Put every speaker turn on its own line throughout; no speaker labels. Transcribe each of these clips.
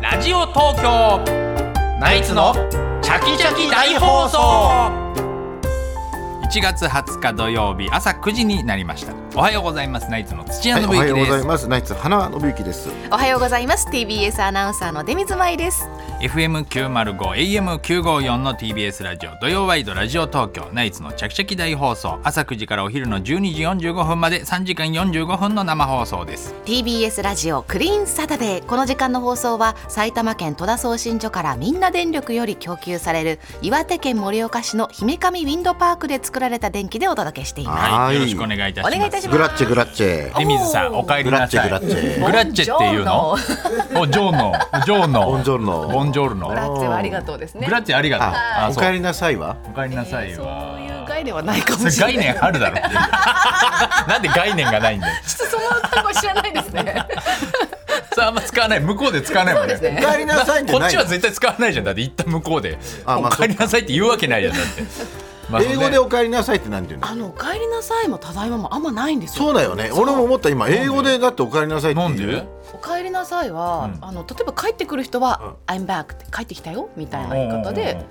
東京ナイツのチャキチャキ大放送1月20日土曜日朝9時になりましたおはようございますナイツの土屋
はい、
信
おは
之
よ
で
うご
す、
ざいます。ナイツ花信之です。
おはようございます TBS アナウンサーの出水舞です
FM905 AM954 の TBS ラジオ土曜ワイドラジオ東京ナイツのチャキチャキ大放送朝9時からお昼の12時45分まで3時間45分の生放送です
TBS ラジオクリーンサタデーこの時間の放送は埼玉県戸田送信所からみんな電力より供給される岩手県盛岡市の姫上ウィンドパークで作られた電気でお届けしています
は
はいい
よろしくお願いいたします
お願いいたします
グラッチェグラッチェ。
デミズさんお帰りなさい
グラッチェグラッチ
グラッ
ェ
チェっていうの
ボンジ
おジョーノジョーノ
ボンジョルノ
ボンジョルノ
グラッツェはありがとうですね
グラッチェありがとう
あ、
あ
お
そう
帰りなさいは。
おかえりなさいよ、
そういう概念はないかもしれない
概念ある だろなんで概念がないんだよ
ちょっとその単語知らないですね
さああんま使わない向こうで使わないもんね
そうですね
お帰りなさいじ
こ
ゃな
っ
い
ち
の
は。絶対使わないじゃんだって一旦向こうで
あまあ
お帰りなさいって言うわけないじゃんだって、まあ
英語
そ
で
うね
お帰りなさいってなんて言うの。
あのお帰りなさいもただいまもあんまないんですよ
そうだよね。俺も思った今英語でだってお帰りなさいって
な
言うんの。
で
お帰りなさいは、あの例えば帰ってくる人は「I'm back」って帰ってきたよみたいな言い方で、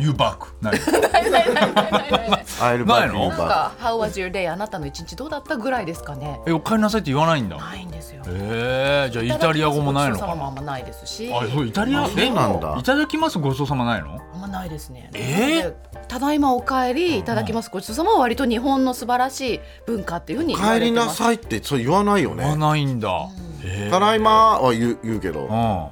You back なる
ないないないないないないない
アイル
な
バ
い
ッ
の
グ
なんか「How was your day あなたの一日どうだった?」ぐらいですかね
えお帰りなさいって言わないんだ
ないんですよ
えー、じゃあイタリア語もないの
ごちそうさ
か
ま
な
もあんまないですし
あそうイタリア
あそうなんだ
えいただきますごちそうさまないの
あんまないですね
えー
なのでただいまお帰りいただきますごちそうさまは割と日本の素晴らしい文化っていうふうに言わ
帰
れ
り
て
な
ます
さいってそう言わないよ
言わ
ね。
ないんだ、え
ただいまは言う言うけど、
ー、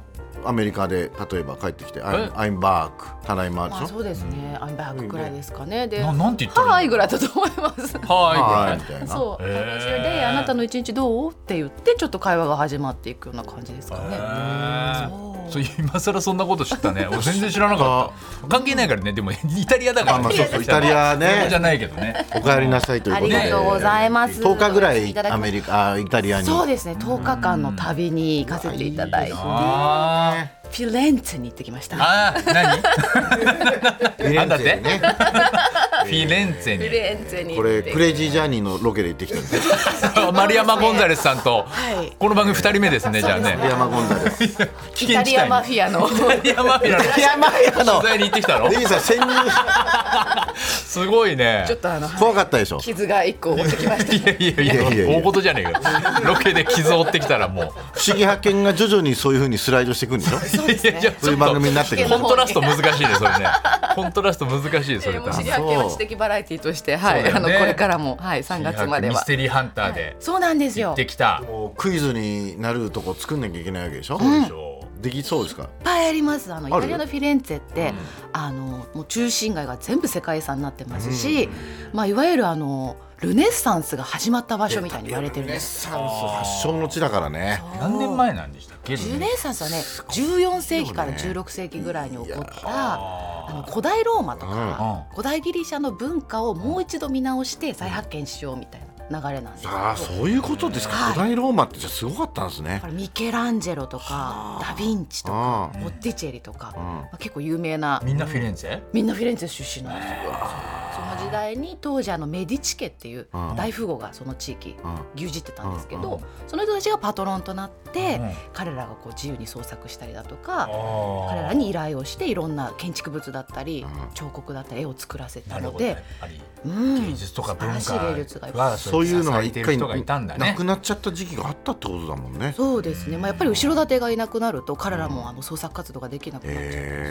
アメリカで例えなさい帰ってきて、I'm I'm back。ただいまで
まあ
し
そ
ょ。
うですね「I'm back」ぐらいですかねで「
ななんて言ったら
はい
い
い」
の
ぐらいだと思います
は
は
ー
い
い
み
ぐらい
たいな。
そう、
へー
How was your day? あなたの一日どうって言ってちょっと会話が始まっていくような感じですかね。
へーそう今更そんなこと知った ね俺全然知らなかった関係ないからねでもイタリアだから、
あまあそうそうイタリアね
英語じゃないけどね
お帰りなさいという
あ
こと
り
で。
がとうございます。
10日ぐらい
ただき
アメリカ、あイタリアに。
そうですね、10日間の旅に行かせていただいて、フ
あ
ィレンツェに行ってきました。
あー何
フィレンツェでね。
フィレンツェ
フィ
に
レンツェ に
こ
行
れ
って
クレイジージャーニーのロケで行ってきたんですよ。
丸山ゴンザレスさんと、
はい
この番組二人目ですねじゃあね
リアマゴンザレス。
危
イタ
険地
リア
帯
マフ
に
ィ アの
イタリアマフィアの
リアマヤの
取。材に行ってきたの
レミさん潜入し
すごいね
ちょっとあの
怖かったで しょ。
傷が一個負ってきました。
いやいやいや
いやいやいや
大事じゃねえかロケで傷を負ってきたらもう
不思議発見が徐々にそういう風にスライドしていくんでしょ。
そうです
いやいやちょ
ね。
っと
そういう番組になってくる。
コントラスト難しいねそれねコントラスト難しいそれ
えーもう知り
ミ
合いは知的バラエティとして、は
そうだ
い、
よ
あの
ね
これからも、はい、3月までは
ス。テリーハンターで
そうなんです
行
よ
っ。てきた
もうクイズになるとこ作んなきゃいけないわけでしょ。
でしょ
できそうですか。
いっぱいありますあのイ
ある
タリアのフィレンツェってあのもう中心街が全部世界遺産になってますし、まあ、いわゆるあのルネッサンスが始まった場所みたいに言われてるん
ルネ
で
ッ
す。
サンス発祥の地だからね。
何年前なんでしたっけ
ルネッサンスはね14世紀から16世紀ぐらいに起こったあの古代ローマとか、古代ギリシャの文化をもう一度見直して再発見しようみたいな流れなんですよ。
ああそういうことですか。
はい
古代ローマってじゃあすごかったんですね
だか。らミケランジェロとかダ・ヴィンチとか
ああ。
ボッティチェリと
ん
か、まあ、結構有名な
みんなフィレンツェ
みんなフィレンツェ出身なんですよ。その時代に当時あのメディチ家っていう
うん
大富豪がその地域
うん
牛耳ってたんですけど、その人たちがパトロンとなって、彼らがこう自由に創作したりだとか、彼らに依頼をしていろんな建築物だったり、彫刻だったり絵を作らせた
なる
の
ほど
で
やっ、ぱり
うん
芸術とか文
素晴らしい芸術がいっ
化
ぱい
は
そういうのが一回
人がいたんだ
な
ね
くなっちゃった時期があったってことだもんね。
そうですね、まあ、やっぱり後ろ盾がいなくなると彼らもあの創作活動ができなくなっちゃう、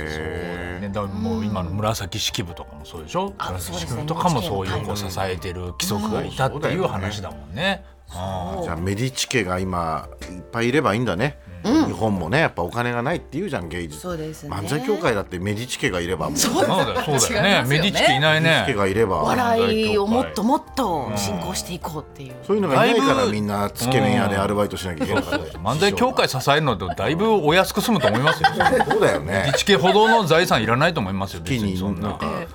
へ
ね、だからもう今の紫式部とかもそうでしょ、
あ
紫式部
そうですね
とかもそういうこう
はい
支えてる貴族がいたっていう話だもんね。あ
ーじゃあメディチ家が今いっぱいいればいいんだね。日本もねやっぱお金がないっていうじゃん芸術。
そうですね
漫才協会だってメディチ家がいればもう。
あそうだよそうだよねメディチ家いない
家
ね。
がいれば。
お笑いをもっともっと進行していこうっていう、
そういうのがいないか
だい
ら
ぶ
みんなつけ麺屋でアルバイトしなきゃいけなかった
漫才協会支えるのとだいぶお安く済むと思いますよ。メ
そうだよ
デ
ね
ィチ家ほどの財産いらないと思いますよ。別
月
に
に
そん
なん
な
か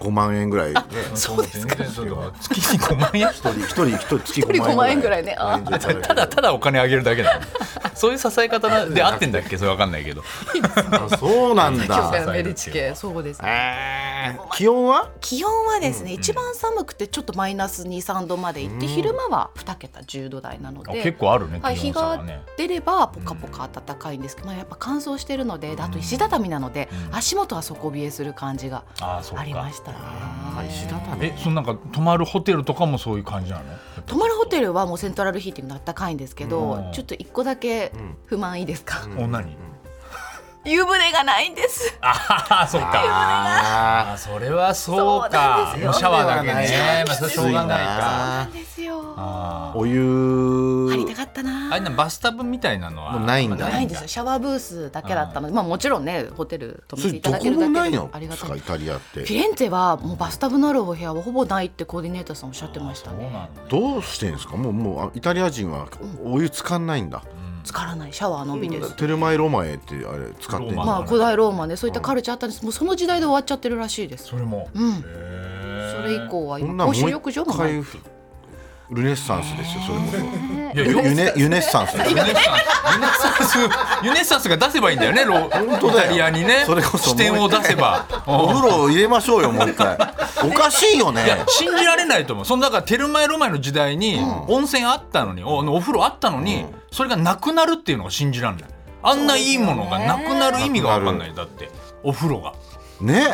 5万円ぐ らいで
そうですか。全然そうだ月に5万円。
一人一人月5
5
万
万
円
円
ぐ
ぐ
ら
ら
い
いね
ご援助いただけ
た
る
だただお金あげるだけだ。そういう支え方なで合ってんだっけそれわかんないけど。
あそうなん
今日
だ
がメルチケ
そうです
えー気温は
気温はですね、一番寒くてちょっとマイナス23度までいって、昼間は2桁10度台なの
あ
で
結構あるね。
はい、
気
日
温差
が
ね。
出ればポカポカ暖かいんですけど、まあ、やっぱ乾燥してるのでであと石畳なので、足元は底冷えする感じが
あーそうか
ありましたね。
石畳
え、そのなんか泊まるホテルとかもそういう感じなの？
泊まるホテルはもうセントラルヒーティングの暖かいんですけど、
うん
ちょっと一個だけ不満いいですか、
お何？
湯船がないんです
ああそうか。
あ
あそれはそうか。
そうなんですよ
もうシャワーだけね。まあそ
ー
れしょうがないか。
なんですよ
あ
お湯
入りたかったな
ーあれなバスタブみたいなのは
もうないんだ
ないんですよシャワーブースだけだったので、まあ、もちろんねホテル泊め
そ
て
れ
いた
ど
だ
こ
けるだ
も
けで
ないの
あり
で
が
す
たい
かイタリアって
フィレンツェはもうバスタブのあるお部屋はほぼないってコーディネーターさんおっしゃってました
そう
ね
なんだ。
どうしてんですかもうもうあイタリア人はお湯使んないんだ、
つからないシャワーのみです、
テルマエロマエってあれ使ってん
ロ
の
マ
まあ古代ローマねそういったカルチャーあったんですもうその時代で終わっちゃってるらしいです
それも。
うん
へー
それ以降は
こん
今
なんも
公
う
衆浴場
一
もない
回ルネッサンスですよそれこ
いや
そ
よ
ユネユネッサンスです
ユネッサンス、ユネッサンスが出せばいいんだよ ね、ロ
本当
イ
だよ
タリアにね、
それこそ
視点を出せば。
お
うん
風呂を入れましょうよもう一回おかしいよね
いや信じられないと思うそのだからテルマエロマエの時代に温泉あったのにおお風呂あったのにそれがなくなるっていうのが信じられないあんないいものがなくなる意味が分かんないだってお風呂が、
ね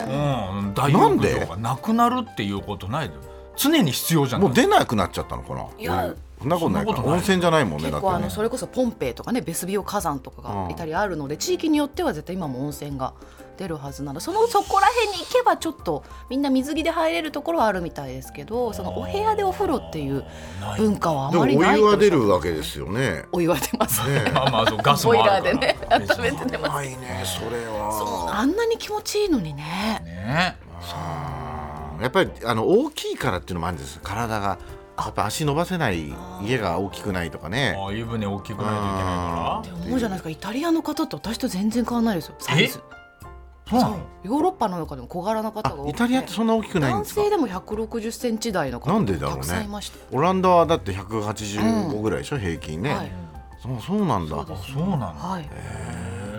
うん、大
なん
浴
で
場がなくなるっていうことないで常に必要じゃん
もう出なくなっちゃったのかない
や
そんなことないか
そんなことない
温泉じゃないもんね
結
だっ
構あ
て
の
ね
それこそポンペイとかねベスビオ火山とか
う
が
ん
イタリアあるので地域によっては絶対今も温泉が出るはずなのでそのそこら辺に行けばちょっとみんな水着で入れるところはあるみたいですけどそのお部屋でお風呂っていう
ない
文化はあ
でも
まりな
お
い
湯
と
は出るわけですよね
お湯は出ますね
まあまあそうガスも
ボイ
あ
ラー
るか
で
ら
ね温めて出ます
ないねそれは
あんなに気持ちいいのにね
ね
うんやっぱりあの大きいからっていうのもあるんです体がやっぱ足伸ばせない家が大きくないとかね
ああ湯船大きくないといけな
って思うじゃないですかイタリアの方って私と全然変わらないですよサイズ
いからそうなの
ヨーロッパの中でも小柄な方
あ
が多くて
イタリアってそんな大きくないん
男
ですか
性でも160センチ台の方
なんでだろうね
たくさんいました
オランダはだって185ぐらいでしょ、平均ね、
はい
そうそうなんだ
そうで
あそうなんだ
はい、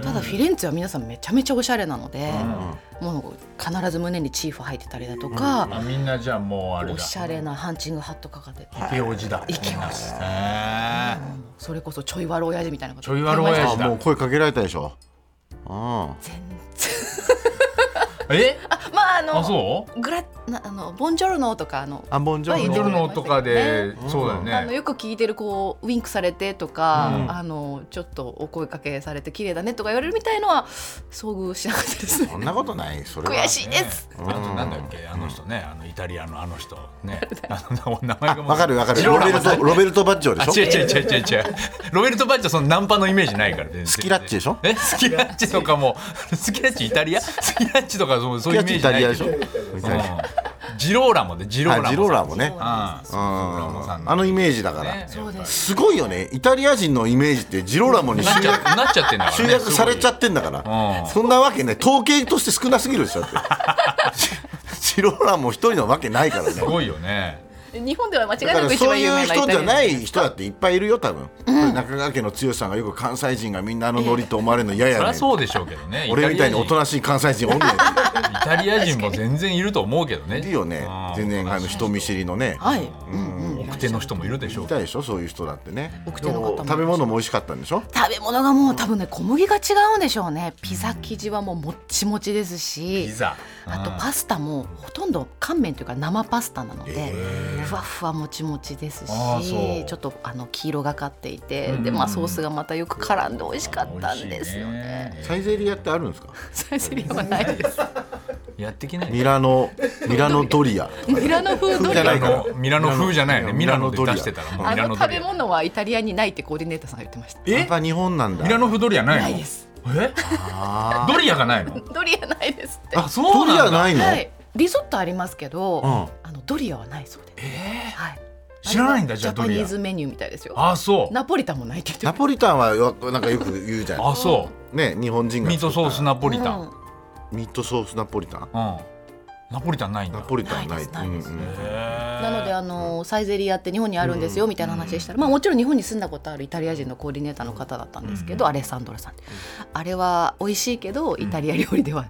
ただフィレンツェは皆さんめちゃめちゃおしゃれなので、もう必ず胸にチーフ履いてたりだとか、
あみんなじゃあもうあれだ
おしゃれなハンチングハットかかってて、
イケオジだ
イケオジ
へー
それこそちょい悪親父みたいなこと
ちょい悪親父
あもう声かけられたでしょあ
全然
え
まああの
あそ
グラなあのボンジョルノとかあの
ああボンジョ
う
ル
ミ
ノ
ドルノとかでそうだよ
あの
ね
よく聞いてるこうウィンクされてとか、
うん
あのちょっとお声かけされて綺麗だねとか言われるみたいのは遭遇しなかった ですね
そんなことないそれは
悔しいです、
あとなんだっけあの人ねあのイタリアのあの人ねあの名前がもう
わかるわかる
ジロ
ロ
ーラマ
ベルトロベルトバッジョで
あ
し
違う
ょ
違う違う違う違うロベルト・バッチはそのナンパのイメージないから全然
スキラッチでしょ
えスキラッチとかもスキラッチイタリアスキラッチとかそうそういうイメー
イ
ジな
タ
い
リアでし
け
ょ
ど
イタリア
うんジローラモでジローラモ
あジローラもね
あ
うんあ
の
のイメージだから、
そうです
すごいよねイタリア人のイメージってジローラモに集
なっちゃ
約
なっちゃってんだから
集
ね
約されちゃ
っ
ってんだから、
うん
そんなわけね統計として少なすぎるでしょだって ジローラモ一人のわけないからね
すごいよね
日本では間違い
だか
な
ら
く一
そう
番
い
有
う
名なイ
人じ
タリ
ゃ
ア
ない人だっていっぱいいるよ多分、中川家の剛さんがよく関西人がみんなあのノリと思われるの嫌や
そり
ね
ゃ
ん
そうでしょうけどね
俺みたいに
大
お
人
となしい関西人おんねんっ
イタリア人も全然いると思うけどね。
ているよ ね
うん
全然あの人見知りのね
はい、うんうん、
奥手の人もいるでしょ
いう
け
たでしょそういう人だってね
奥手
で
の方も
も食べ物も美味しかったんでしょ
食べ物がもう多分ね小麦が違うんでしょうねピザ生地はもうもっちもちです
ど。
し
ピザ。
あと
うん
パスタもほとんど乾麺というか生パスタなのでふわふわもちもちです
あーそう
しちょっとあの黄色がかっていて
うん
でまあソースがまたよく絡んで美味しかったんですよね。
美味しいね
サイゼリアってあるんですか
サイゼリアはないです。
やってきない。
ミラノミラノドリア
ミラノ風ド
じ
リ
ゃない
ア。
から
ミラノ風じゃないよね。ミ
ミ
ラ
ラ
ノ
ノ
で
ドリア
出してたらもう
あ
ミラノ
の
ド
食
リ
べ
ア。
物はイタリアにないってコーディネーターさんが言ってました。
やっ
え？
ぱ日本なんだ
ミラノ風ドリアないの？
ないです。
え？
あ
ドリアがないの？
ドリアないですって。
ー
あ
あ
そうなんだ
ドリアないの、
はい。リゾットありますけど、
うん
あのドリアはないそうです。はい。
知らないんだ
あれは
じゃあ
ジャパ
ド
ニ
リア
ーズメニューみたいですよ。
あそう。
ナポリタンもないって言って
ナ
ま
ポリタンはよなんかよく言うじゃ
あそう。
んね日本人が
ミートソースナポリ
す
タン。
ミートソースナポリタン
うん。ナポリタンないんだ
ナポリタンない
ないです
うんうん
なのであのサイゼリアって日本にあるんですよみたいな話したら、まあ、もちろん日本に住んだことあるイタリア人のコーディネーターの方だったんですけど、アレッサンドロさんって、あれは美味しいけどイタリア料理では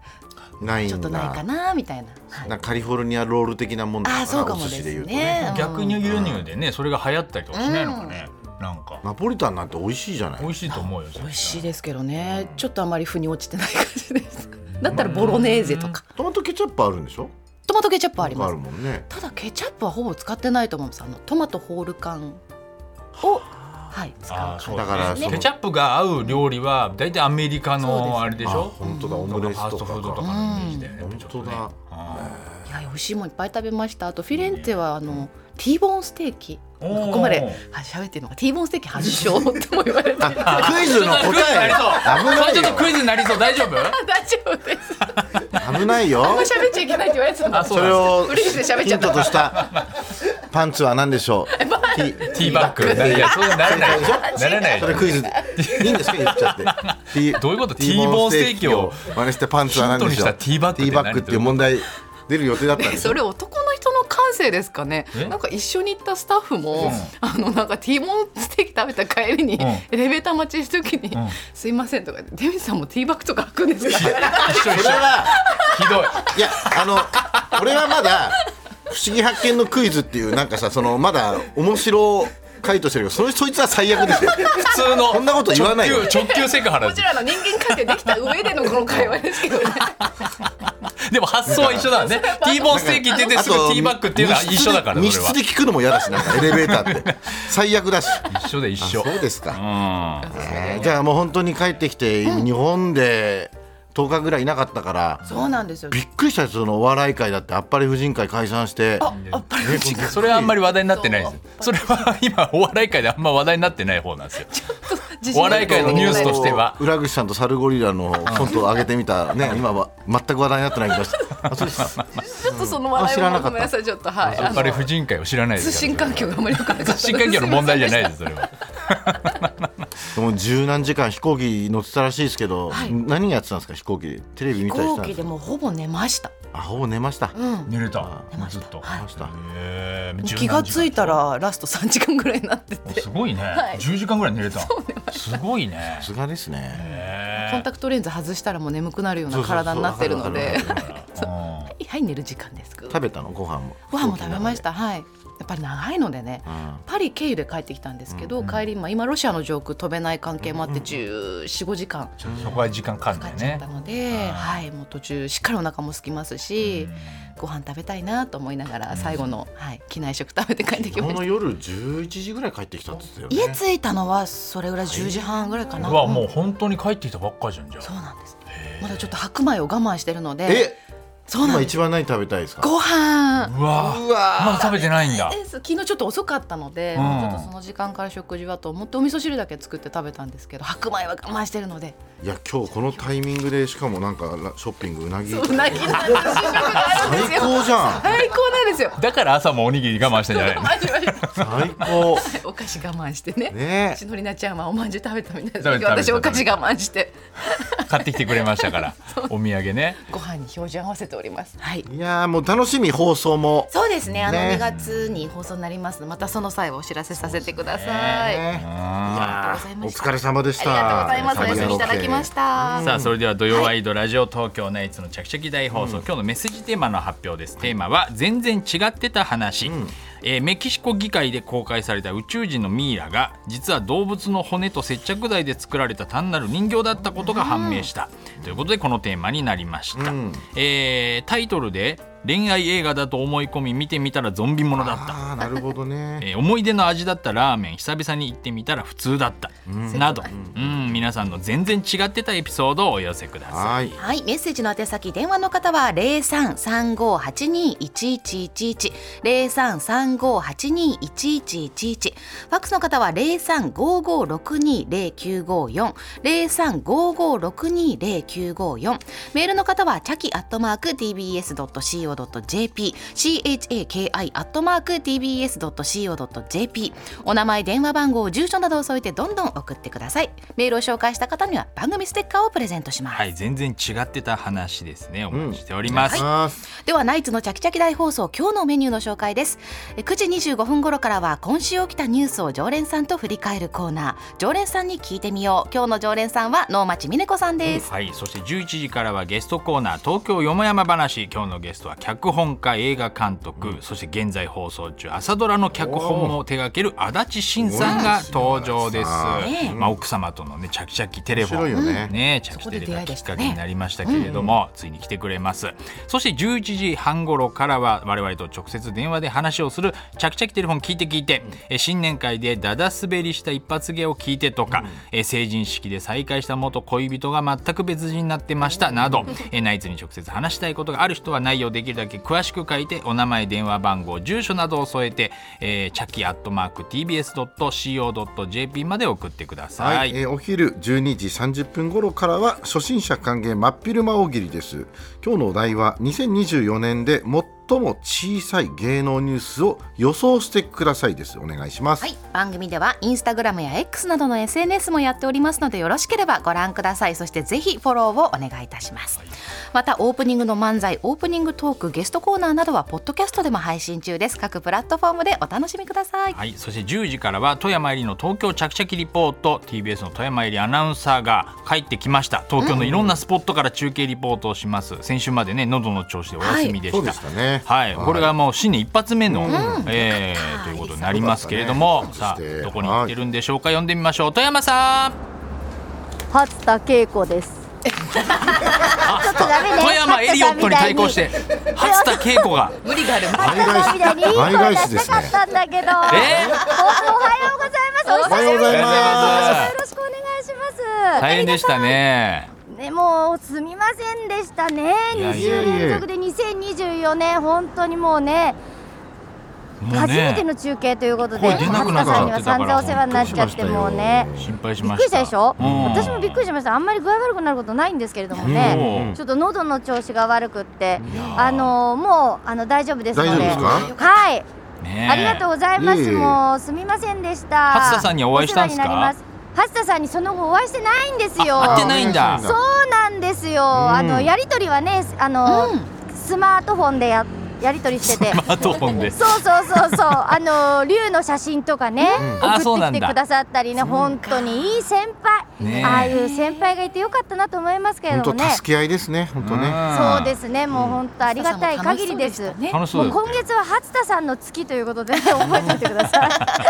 ないんだ
ちょっとないかなみたいな、はい
なんかカリフォルニアロール的なもんだ
あ
か
あ
ら
そうかも
お
で
寿司です言うと
ね
逆
うん
輸入でねそれが流行ったりとかしないのかね、なんか
ナポリタンなんて美味しいじゃない
美味しいと思うよ
美味しいですけどね、ちょっとあまり腑に落ちてない感じですだったらボロネーゼとか、
トマトケチャップあるんでしょ
トマトケチャップあり
あ
ます
るもんね
ただケチャップはほぼ使ってないと思うんですあのトマトホール缶をはい使
あ
う
ーそう
だから
です
そ
ね
の
ケチャップが合う料理は大体アメリカ
そうですね
のあれでし
あ
ょ
本当だオムレ
フ
ツ
ァース
と
トフード
か
と
か
かのイメージだよね
うん
ちょっとね
本
あ
いや美味しいもんいっぱい食べましたあとフィレンツェはあのティーボーンステーキ
おー
ここまでは喋ってるのがティーボーンステーキ発祥とも言われてる 大
あクイズの
ークイズになり
答え
そう
危
そ
な
れ
い
ちょっとク
よ
イズになりそう大丈夫
丈夫です
危ないよ
あんま喋っちゃいけないって言われてたの
あそう
それを
フリーズで喋っち
ヒ
ゃ
ン
った
トとしたパンツは何でしょうティ
ティーバッグいやそうならな いならない
それクイズいいんですか言っちゃってティー
どういうことティーボーンステーキを
真似してパンツは何でしょう
ヒントにしたティーバッグって
ティーバッグっていう問題出る予定だったんで
ね
す
そ
よ
れ男の人の感性ですかね
え
なんか一緒に行ったスタッフも、
うん
あのなんかティーボーンステーキ食べた帰りに、
ん
エレベーター待ちした時に「
ん
すいません」とか「デミさんもティーバッグとか開くんです
一
か?」
緒
そ
一
れ
緒
は
ひどい
いやあの俺はまだ「不思議発見のクイズ」っていうなんかさそのまだ面白回答してるけどそれそいつは最悪ですよ
普通の
そんなこと言わないよ
直球直球セクハラ
こ
で
ち
す
らの人間関係できた上でのこの会話ですけどね
でも発想は一緒だねティーボーンステーキ出てすぐティーバッグっていうのは一緒だからそれ
密室
は
で聞くのも嫌だしなんかエレベーターって最悪だし
一緒で一
あ
緒
そうですか、
うん
えーじゃあもう本当に帰ってきて、日本で10日ぐらいいなかったから
そうなんですよ
びっくりしたよそのお笑い会だってあっぱれ婦人会解散して
あっぱれ
ねこの
それはあんまり話題になってないですそれは今お笑い界であんま話題になってない方なん ですよ
自
お笑い界のニュースとしては
浦口さんとサルゴリラのコントを上げてみ たね今は全く話題になってないけどあそうです
ちょっとその話
あ知ら
題
なか
も
った
ごめんなさいちょっとはい
あっぱれ婦人会を知らないで
通
す
信
から
環境があまり良くなかった
通信環境の問題じゃないですそれは
もう十何時間飛行機乗ってたらしいですけど、
はい
何やってたんですか飛行機でテレビ見
飛
たりし
行
たんで
機
す
で
か
もうほぼ寝ました
あほぼ寝ました、
うん
寝れた
寝ました
ずっと
はい
寝ました
へー
気がついた
17
らラスト3時間ぐらいになって
時間
て
すごいね
はい
10時間ぐらい寝れたすごいね
さすがですね
へ
コンタクトレンズ外したらもう眠くなるよう
そ
な
うそうそう
体になってるので
わかるわかる
ーうん
はい寝る時間です
食べたのご飯も
ご飯も食べましたはいやっぱり長いのでね
うん
パリ経由で帰ってきたんですけど、帰り今今ロシアの上空飛べない関係もあって1415時間
ちょっとそこは時間かかるん
か
だ
か
よ
っちゃっ
ね
たので、はい、もう途中しっかりお腹も空きますし、ご飯食べたいなと思いながら最後の、はい、機内食食べて帰ってき
昨
ま
日
し
の
た。
夜11時ぐらい帰ってきたって言ってたよ
家
ね
着いたのはそれぐらい10時半ぐらいか
う
な。
わも
う
うん本当に帰ってきたばっかりじゃんじゃ
そう
あ
なんです。まだちょっと白米を我慢してるので、
え
そうなん
今
です。
一番何食べたいですか
ご飯
うわ
うわ
まだ食べてないんだ
です昨日ちょっと遅かったので、
うん
もうちょっとその時間から食事はと思ってお味噌汁だけ作って食べたんですけど、白米は我慢してるので、
いや今日このタイミングでしかもなんかショッピングうなぎ
うなぎの試食があるんです
最
よ。
高じゃん
最高なんですよ。
だから朝もおにぎり我慢してんじゃないの
マジマジ
最高
お菓子我慢してね。
ね
しのりなちゃんはおまんじゅう食べたみたい
食
な
べた
私
食
お
べた
菓子我慢して
買ってきてくれましたから お土産ね
ご飯に標準合わせておりますはい
いやーもう楽しみ放送も
そうですねあの
ね
2月に放送になりますのでまたその際はお知らせさせてください、
ねお
ありがとうございました
疲れ様でし
あ
た
りがとうございますお休みいただきました
さあそれでは土曜ワイドラジオ東京ナイツの着席大放送、今日のメッセージテーマの発表です、テーマは全然違ってた話、えーメキシコ議会で公開された宇宙人のミイラが実は動物の骨と接着剤で作られた単なる人形だったことが判明した、ということでこのテーマになりました、
うん
えータイトルで恋愛映画だと思い込み見てみたらゾンビものだった
ああなるほどね
えー思い出の味だったラーメン久々に行ってみたら普通だった、など、うん、皆さんの全然違ってたエピソードをお寄せくださ
はい
はい、メッセージの宛先、電話の方は零三三五八二一一一一。零三三五八二一一一一。ファックスの方は零三五五六二零九五四。零三五五六二零九五四。メールの方は、チャキアットマーク T. B. S. ドット C. O. ドット J. P. C. H. A. K. I. アットマーク T. B. tbs.co.jp お名前電話番号住所などを添えてどんどん送ってくださいメールを紹介した方には番組ステッカーをプレゼントします、
はい、全然違ってた話ですね。お待ちしております。
あ
ではナイツのチャキチャキ大放送今日のメニューの紹介ですえ9時25分頃からは今週起きたニュースを常連さんと振り返るコーナー常連さんに聞いてみよう今日の常連さんは能町みね子さんです、
はい、そして11時からはゲストコーナー東京よもやま話今日のゲストは脚本家映画監督、そして現在放送中朝ドラの脚本も手掛ける足立慎さんが登場です、
ねえ
まあ、奥様とのねチャキチャキテレフォン
面白いよね
ねチャキチャキテレフォンがきっかけになりましたけれども、ついに来てくれますそして11時半頃からは我々と直接電話で話をするチャキチャキテレフォン聞いて聞いて、え新年会でダダ滑りした一発芸を聞いてとか、え成人式で再会した元恋人が全く別人になってましたなど、えナイツに直接話したいことがある人は内容できるだけ詳しく書いてお名前電話番号住所などを添えて、えー、チャキアットマーク TBS.CO.JP まで送ってください、
はい、えーお昼12時30分頃からは初心者歓迎真っ昼間大喜利です今日のお題は2024年で最も小さい芸能ニュースを予想してくださいですお願いします、
はい、番組ではインスタグラムや X などの SNS もやっておりますのでよろしければご覧くださいそしてぜひフォローをお願いいたします、またオープニングの漫才オープニングトークゲストコーナーなどはポッドキャストでも配信中です各プラットフォームでお楽しみください
はい、そして10時からは富山入りの東京ちゃきちゃきリポート TBS の富山入りアナウンサーが帰ってきました東京のいろんなスポットから中継リポートをします、先週までね喉の調子でお休みで
そう
し
で
た
したね
はい、これがもう新年一発目の、え
よかっ
ー、
た
ということになりますけれども、
よか
さ
ったね
あどこに行ってるんでしょうか、呼んでみましょう富山さん
初田恵子です。ちょっとダメね。
富山エリオットに対抗して初田恵子が
無理がある
勝ったさんみたいに。
倍
倍
返
返
し
し
で
ですす
ね
ね。勝ったんだけど。お
え
はようございま
お
す。
はようございま
よろしくお願いします。
ー、大変でしたね
ね、もうすみませんでしたね。
いや
2
いや
週
いや
連続で2024年本当にもうね
もう
初めて
ね
の中継ということで、
声出なくな
田
っ
さんに
ちゃっ
は
てたから
散々お世話になっちゃってもうね。
心配し
びっ
ま
くり
し
した
た
でしょ、
うん
私もびっくりしましたあんまり具合悪くなることないんですけれどもね、
もう
ちょっと喉の調子が悪くって
いやー
あのもうあの大丈夫ですので
大丈夫ですか
はい、
ねえ
ありがとうございます、
いえいえ
もうすみませんでした
初田さんにお会いしたんですか
お世話になります初田さんにその後お会いしてないんですよ
あ会ってないんだ
そうなんですよ、あのやり取りはねあの、スマートフォンでややり取りしてて
マートフォンで
そうそうそうそうあの竜の写真とかね、
あそう
送
な
っ
ん
て
だ
きてくださったりね本当にいい先輩、
ねえ。
ああいう先輩がいてよかったなと思いますけれども
本
ね
当助け合いですね本当ね
そうですすねもう本当ありがたい限りです、
楽しそう
もう
ですね
今月は初田さんの月ということで、覚えておいてください。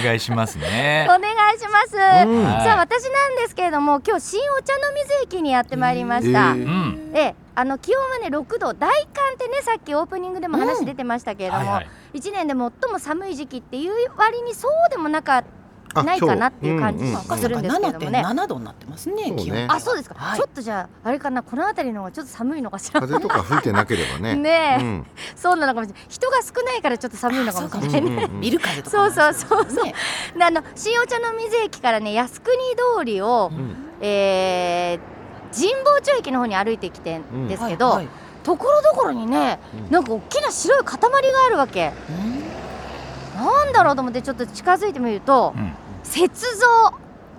お願いしますね
お。願いします。
はい
さあ私なんですけれども今日新お茶の水駅にやってまいりました。
えー
うん。
ええあの気温はね6度大寒ってねさっきオープニングでも話出てましたけれども、
うんはいはい
1年で最も寒い時期っていう割にそうでもなか
あ
ないかなっていう感じ
今
も
日
するんですけれどもね。
7.7度になってますね
そうね
気温
あそうですか、
はい
ちょっとじゃああれかなこの辺りの方がちょっと寒いのかしら
風とか吹いてなければね
ねえ
うん
そうなのかもしれない人が少ないからちょっと寒いのかもしれない
うんうんうん
ビル風とか
そうそう
う
そうそう。
ね
であの新お茶の水駅からね靖国通りを、
ん
えー神保町駅の方に歩いてきてんですけど、
はいはい
ところどころにね、
うん
なんか大きな白い塊があるわけ。なんだろうと思ってちょっと近づいてみると、
うん
雪像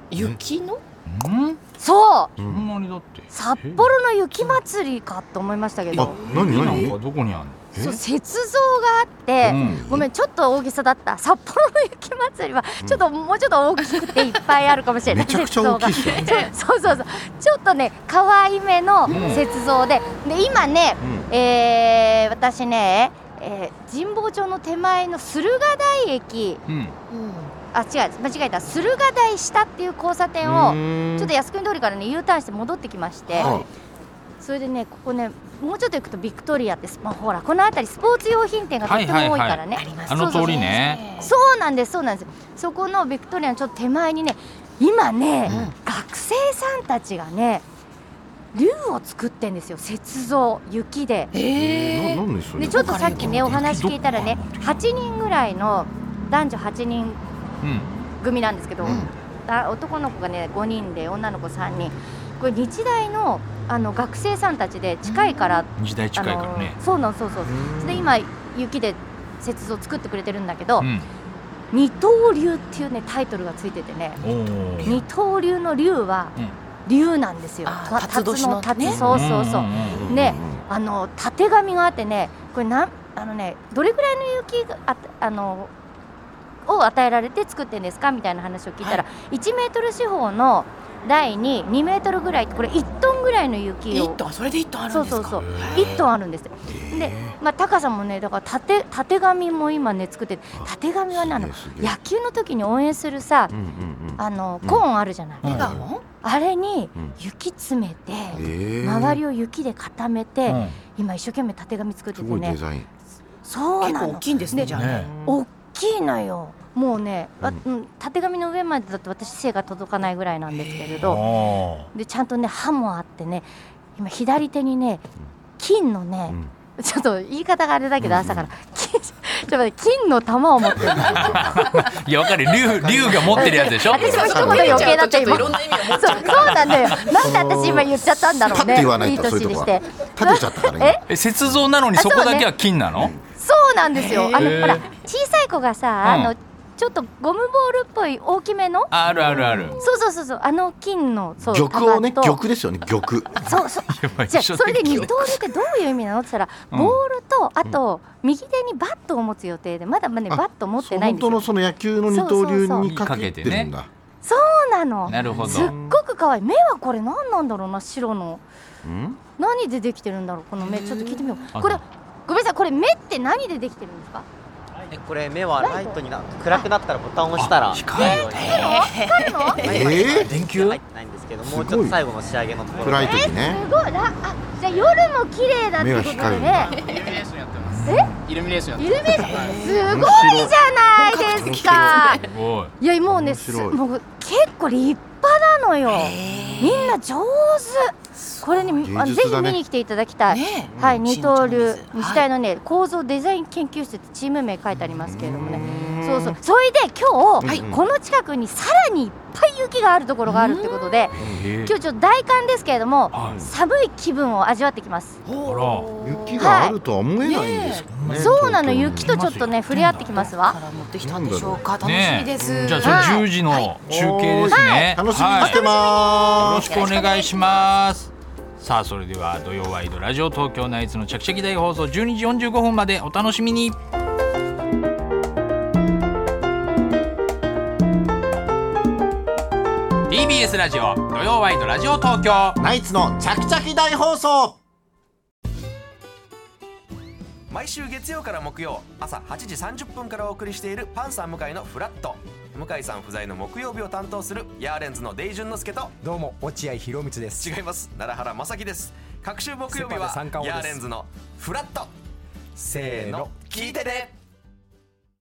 雪の
うん。
そう
そんなにだって。
札幌の雪祭りかと思いましたけ
あ
ど、
何
なん
何
かどこにあるの？
そう雪像があって。
うん
ごめんちょっと大げさだった札幌の雪祭りはちょっと、もうちょっと大きくていっぱいあるかもしれな
め
い
ちゃくちゃ大きいっ すよ
雪像がそうそうそうちょっとね可愛めの雪像で、で今ね、えー私ね、えー神保町の手前の駿河台駅
うん。
あ違う間違えた駿河台下っていう交差点をちょっと靖国通りからね U ターンして戻ってきまして、
はい
それでねここねもうちょっと行くとビクトリアってまあ、ほらこの辺りスポーツ用品店がとっても多いか
はいはい
らね、
はいあります
あの通りね。
そうなんです、そうなんです。そこのビクトリアのちょっと手前にね、今ね、学生さんたちがね、竜を作ってんですよ、雪像、雪で。
えーな何でしょう
で、ちょっとさっきね、お話聞いたらね、8人ぐらいの男女8人
うん。
組なんですけど、だ男の子がね、5人で、女の子3人。これ日大のあの学生さんたちで近いから、
時代近いからね
あ。のそうなんそうそうそれで今雪で雪像を作ってくれてるんだけど、
うん
二刀流っていうねタイトルがついててね
おー
二刀流の竜は
うん
竜なんですよ。
あー
た
辰年の
辰
ね
そうそうそう。
んんうん
ねあのたてがみがあってねこれなんあのねどれぐらいの雪がああのを与えられて作ってんですかみたいな話を聞いたら、1メートル四方の台に2メートルぐらいこれ1トンぐらいの雪
一
を
トンそれで一トンあるん
そ
で
う
すか
そうそう
へ
1トンあるんですってで、まあ、高さもねだからたてたてがみも今ね作っててたてがみはねあの
すげえすげえ
野球の時に応援するさ
うんうんうん
あのコーンあるじゃない、
うん
笑顔
あれに
うん
雪詰めて、
ええ
周りを雪で固めて、
うん
今一生懸命たてがみ作って
す
て
ごいデ
ね
ザイン
そう
結
な
構大
の
きいんですね
ね
じゃあ
ね
ね
大きいのよもうね、わ
うん
うん、たてがみの上までだと私背が届かないぐらいなんですけれ
あ
ど
ー
でちゃんとね歯もあってね今左手にね金のね、
うん
ちょっと言い方があれだけど
うん
朝から、金 ちょっと待って金の玉を持ってる
いやわかる竜竜が持ってるやつでしょ
私も一言
見
余
ちゃ
計
う
だ
と
っ
ち
た
ょっと
今
いろんな意味を持っ
そう
ちゃ
そうなんだよなんで私今言っちゃったんだろ
パ
う
ッて
ね
言わない
い
とそうい
年
う
に
とこ
して
は立てちゃったから今
え雪像なのにそこだけは金なの
そうなんですよ。あ
へー
のほら小さい子がさ、
うん
あのちょっとゴムボールっぽい大きめの。
あるあるある
そうそうそうそうあの金のそう
玉をね
束と
玉ですよね玉
そ うそう
やばい
じゃあ
一緒
そ
だ
れ
け
で
ど
二刀流ってどういう意味なのって言ったら、
うん
ボールとあと右手にバットを持つ予定でまだまだね
あ
バット持って
そう
ないん
本
ですよ
当のその野球の二刀流
そうそうそ
にかけてるんだ
そうなの
なるほど
すっごく可愛い目はこれ何なんだろうな白の
うん
何でできてるんだろうこの目ちょっと聞いてみよ
あ
うこれごめんなさいこれ目って何でできてるんですか
えこれ目はライトにな暗くなったらボタンを押したら
あ光る
見えように
光るの
え
電球
入ってないんですけど
すご
もう
い
ちょっと最後の仕上げのところ
暗い時ね
すごいなあじゃあ夜も綺麗だって
目が
こと
光るん
だ
だ
ね
イルミネーションやってます。イルミネーションやってます
イルミネーションすごいじゃないですか
すごい
いやもうね
面
す
白い
もう結構立派なのよみんな上手これね
ごい
あ
芸
ぜ
術
ひ
だね
見に来ていただきたい、
ねえ
はい二刀流
新日本
日大のね、構造デザイン研究室ってチーム名書いてありますけれどもねそうそうそれで今日、
はい
この近くにさらにいっぱい雪があるところがあるってことで
え
今日ちょっと大寒ですけれども
はい
寒い気分を味わってきます
ほ
雪があるとは思えないんですよね
そうなの
東京
雪とちょっとね触れ合ってきますわ
から持ってきたんでしょうか楽し
ね
みです
じゃあ
は
そ
い
れ10時の中継ですね
楽しみにして
よ
ま
ろ
す
しくお願いしますさあそれでは土曜ワイドラジオ東京ナイツのチャキチャキ大放送12時45分までお楽しみに「TBS ラジオ土曜ワイドラジオ東京」
ナイツのチャキチャキ大放送
毎週月曜から木曜朝8時30分からお送りしているパンサー向井のフラット向井さん不在の木曜日を担当するヤーレンズのデイジュンの之介と
どうも落合博満です
違います奈良原雅樹です各週木曜日は
セパで三冠王
ヤ
で
ー
す
レンズのフラットせーの聞いてて、ね